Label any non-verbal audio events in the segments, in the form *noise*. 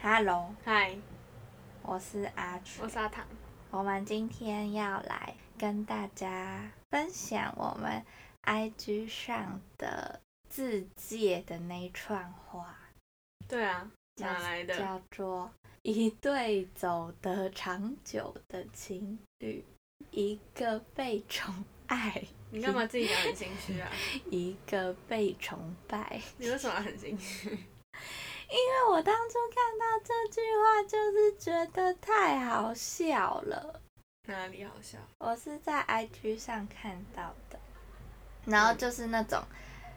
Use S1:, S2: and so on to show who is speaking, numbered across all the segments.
S1: Hello，
S2: 嗨，
S1: 我是阿曲
S2: 我。是阿唐。
S1: 我们今天要来跟大家分享我们 IG 上的自介的那一串话，
S2: 对啊，
S1: 叫
S2: 哪来的？
S1: 叫做“一对走得长久的情侣，一个被宠爱， *laughs*
S2: 你干嘛自己讲很心虚啊？ *laughs*
S1: 一个被崇拜”。
S2: 你为什么很心虚？
S1: 因为我当初看到这句话，就是觉得太好笑了。
S2: 哪里好笑？
S1: 我是在 IG 上看到的，
S2: 嗯
S1: 然后就是那种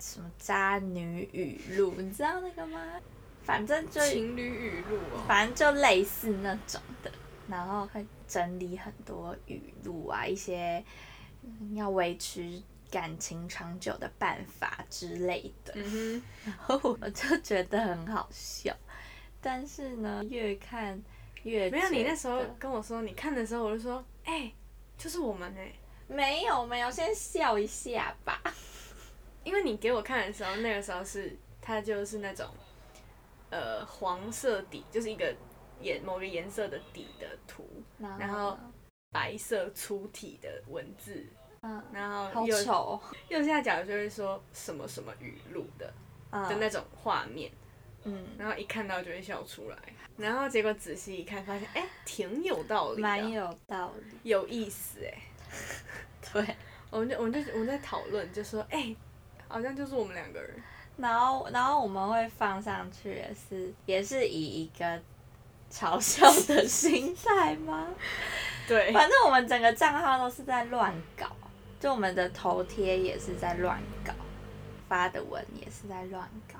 S1: 什么渣女语录，你知道那个吗？反正就
S2: 情侣语录哦。
S1: 反正就类似那种的，然后会整理很多语录啊，一些嗯要维持感情长久的办法之类的。
S2: 嗯
S1: 然后 *laughs* 我就觉得很好笑，但是呢，越看越
S2: 哼，没有，你那时候
S1: 觉得
S2: 跟我说你看的时候，我就说，哎、就是我们哎、
S1: 没有没有，先笑一下吧。
S2: 因为你给我看的时候，那个时候是它就是那种，呃，黄色底，就是一个颜某个颜色的底的图，
S1: 然
S2: 然
S1: 后
S2: 后
S1: 呢
S2: 白色粗体的文字，
S1: 嗯，
S2: 然后
S1: 好
S2: 右
S1: 丑哦、
S2: 右下角就会说什么什么语录的的那种画面。
S1: 嗯，
S2: 然后一看到就会笑出来，然后结果仔细一看，发现哎、挺有道理的，啊
S1: 蛮有道理。
S2: 有意思哎。
S1: 对，
S2: 我们就我们就我们在讨论，就说哎、好像就是我们两个人，
S1: 然后然后我们会放上去，也是也是以一个嘲笑的心态吗？
S2: 对
S1: *laughs* 反正我们整个账号都是在乱搞，就我们的头贴也是在乱搞，发的文也是在乱搞，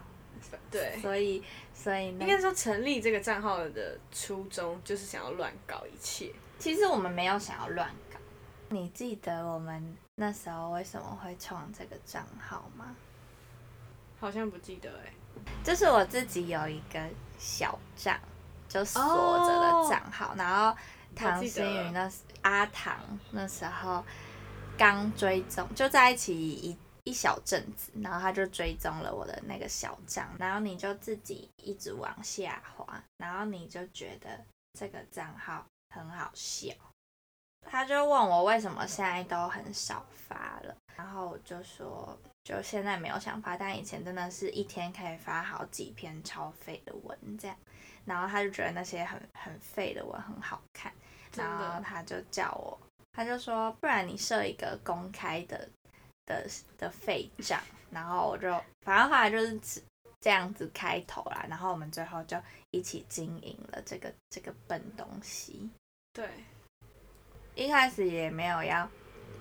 S2: 对。
S1: 所以所以那
S2: 应该说，成立这个账号的初衷就是想要乱搞一切。
S1: 其实我们没有想要乱搞。你记得我们那时候为什么会创这个账号吗？
S2: 好像不记得哎、
S1: 就是我自己有一个小账，就锁着的账号然后唐心
S2: 哦我记得
S1: 宇
S2: 了
S1: 那时阿唐那时候刚追踪，就在一起一一小阵子，然后他就追踪了我的那个小账，然后你就自己一直往下滑，然后你就觉得这个账号很好笑。他就问我为什么现在都很少发了，然后我就说，就现在没有想发，但以前真的是一天可以发好几篇超废的文这样，然后他就觉得那些很很废的文很好看，
S2: 真
S1: 然
S2: 的
S1: 后他就叫我，他就说，不然你设一个公开的的的废账，然后我就反正后来就是只这样子开头啦，然后我们最后就一起经营了这个这个笨东西。
S2: 对，
S1: 一开始也没有要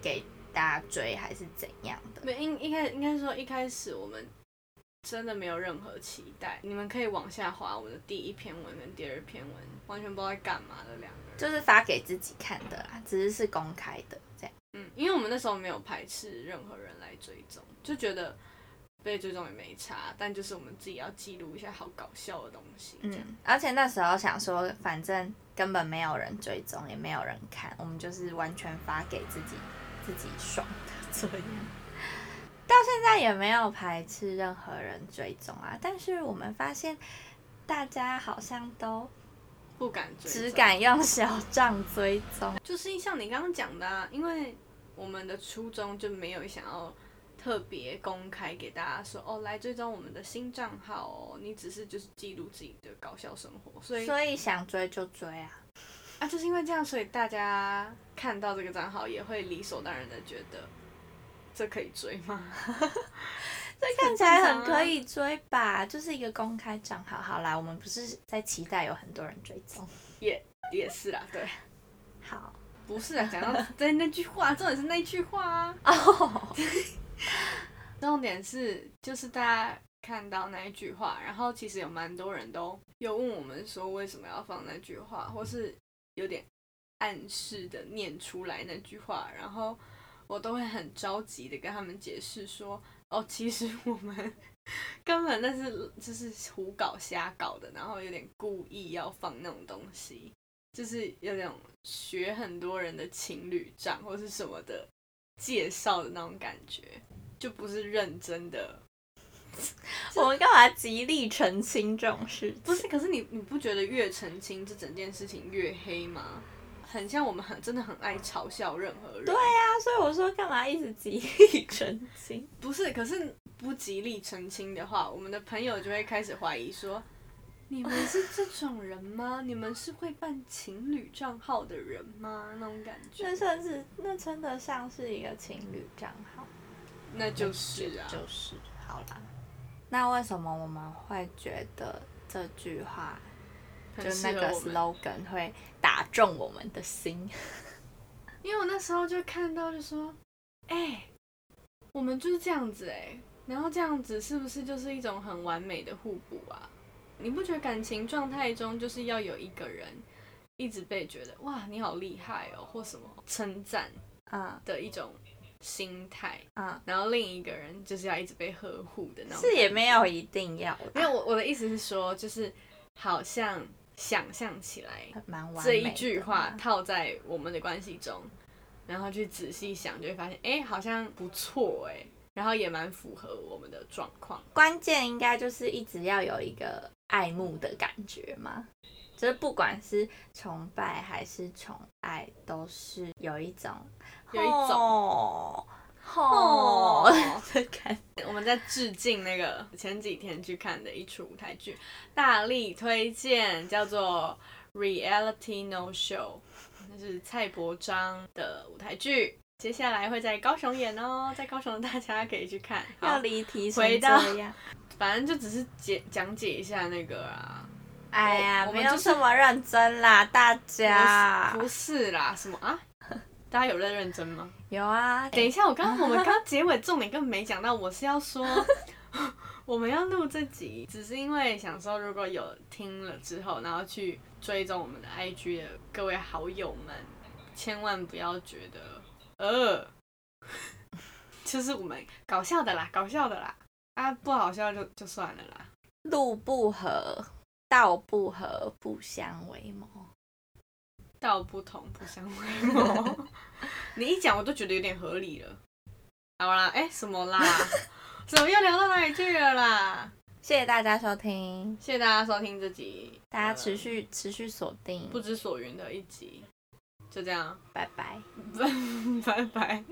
S1: 给大家追还是怎样的，
S2: 没应应该应该说一开始我们真的没有任何期待。你们可以往下滑我们的第一篇文跟第二篇文，完全不知道在干嘛的两个人。
S1: 就是发给自己看的啦，只是是公开的这样。
S2: 嗯，因为我们那时候没有排斥任何人来追踪，就觉得被追踪也没差，但就是我们自己要记录一下好搞笑的东西，这样、
S1: 嗯，而且那时候想说，反正根本没有人追踪，也没有人看，我们就是完全发给自己自己
S2: *laughs*
S1: 爽的这样。到现在也没有排斥任何人追踪啊，但是我们发现大家好像都
S2: 不敢追踪，
S1: 只敢用小账追踪。
S2: 就是像你刚刚讲的、啊，因为我们的初衷就没有想要特别公开给大家说哦，来追踪我们的新账号哦，你只是就是记录自己的搞笑生活，所以
S1: 所以想追就追
S2: *laughs*
S1: 啊，
S2: 啊，就是因为这样，所以大家看到这个账号也会理所当然的觉得这可以追吗？ *laughs*
S1: 这看起来很可以追吧？就是一个公开账号。好啦，我们不是在期待有很多人追踪。
S2: 也是啦，对。 *laughs*
S1: 好 *laughs*
S2: 不是啊，讲到在那句话，重点是那句话啊。
S1: 哦，
S2: 重点是，就是大家看到那一句话，然后其实有蛮多人都有问我们说为什么要放那句话，或是有点暗示的念出来那句话，然后我都会很着急的跟他们解释说，哦，其实我们根本那是就是胡搞瞎搞的，然后有点故意要放那种东西，就是有点学很多人的情侣账或是什么的介绍的那种感觉。就不是认真的
S1: 我们干嘛极力澄清这种事情？
S2: 不是，可是你你不觉得越澄清这整件事情越黑吗？很像我们很真的很爱嘲笑任何人。
S1: 对啊，所以我说干嘛一直极力澄清？
S2: 不是，可是不极力澄清的话，我们的朋友就会开始怀疑说，你们是这种人吗？你们是会办情侣账号的人吗？那种感觉
S1: 那，算是那称得上是一个情侣账号。
S2: 那就是啊
S1: 就，是好啦。那为什么我们会觉得这句话就
S2: 很适
S1: 那
S2: 合
S1: 个
S2: 我们
S1: slogan 会打中我们的心？
S2: 因为我那时候就看到就说，哎、我们就是这样子哎、然后这样子是不是就是一种很完美的互补啊？你不觉得感情状态中就是要有一个人一直被觉得哇你好厉害哦或什么称赞
S1: 啊
S2: 的一种心态，
S1: 啊、
S2: 然后另一个人就是要一直被呵护的那种。
S1: 是也没有一定要啦，
S2: 没有我我的意思是说，就是好像想象起来
S1: 蛮完
S2: 这
S1: 美
S2: 一
S1: 的嗯
S2: 句话
S1: 嘛
S2: 套在我们的关系中，然后去仔细想，就会发现，哎、好像不错哎、然后也蛮符合我们的状况。
S1: 关键应该就是一直要有一个爱慕的感觉嘛，就是不管是崇拜还是宠爱，都是有一种
S2: 有一种
S1: 哦
S2: 哦
S1: 哦的感觉。
S2: *laughs* 我们在致敬那个前几天去看的一出舞台剧，大力推荐，叫做《Reality No Show》，那是蔡伯章的舞台剧。接下来会在高雄演哦，在高雄的大家可以去看。
S1: 要
S2: 好，
S1: 离题成
S2: 回到
S1: 这样，
S2: 反正就只是解讲解一下那个啊，
S1: 哎呀，
S2: 我们
S1: 没有
S2: 就是
S1: 这么认真啦，大家
S2: 不是不是啦，什么啊？大家有在认真吗？
S1: 有啊，
S2: 等一下，我刚刚我们刚结尾重点根本没讲到，我是要说 *laughs* 我们要录这集，只是因为想说如果有听了之后，然后去追踪我们的 IG 的各位好友们，千万不要觉得呃， *laughs* 就是我们搞笑的啦，搞笑的啦，啊不好笑就就算了啦。
S1: 路不合，道不合，不相为谋。
S2: 道不同不相为谋。你一讲我都觉得有点合理了。好啦，哎、什么啦？怎么又聊到哪里去了啦？
S1: 谢谢大家收听，
S2: 谢谢大家收听这集，
S1: 大家
S2: 呃
S1: 持续、持续锁定
S2: 不，知所云的一集，就这样，
S1: 拜拜。
S2: 拜拜。